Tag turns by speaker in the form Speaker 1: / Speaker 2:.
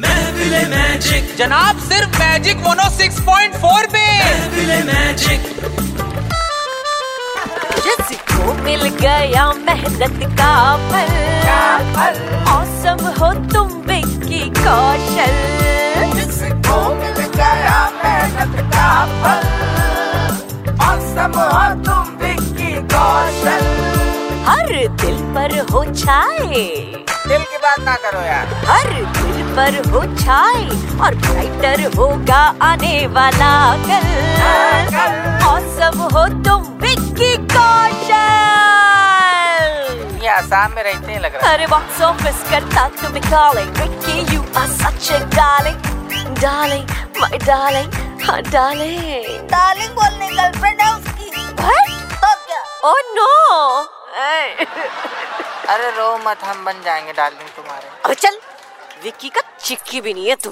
Speaker 1: महफिले magic
Speaker 2: जनाब सिर्फ magic mono 6.4 पे
Speaker 1: महफिले मैजिक
Speaker 3: जिसको मिल गया मेहनत का फल मौसम हो तुम विक्की कौशल
Speaker 4: जिसको मिल गया मेहनत का फल मौसम हो तुम विक्की कौशल
Speaker 3: हर दिल पर हो छाए
Speaker 4: दिल की बात ना करो यार
Speaker 3: हर दिल पर हो छाए और ब्राइटर होगा आने वाला कल
Speaker 4: कल।
Speaker 3: मौसम हो तुम विक्की कौशल
Speaker 4: ये आसाम में रहते ही लग रहा
Speaker 3: अरे बॉक्स ऑफिस करता तुम calling Vicky you are such a darling darling my darling हां डार्लिंग
Speaker 5: डार्लिंग बोलने गर्लफ्रेंड है उसकी
Speaker 3: बट
Speaker 5: तो क्या
Speaker 3: ओ नो
Speaker 4: है अरे रो मत हम बन जाएंगे डार्लिंग तुम्हारे
Speaker 3: चल विक्की का चिक्की भी नहीं है तू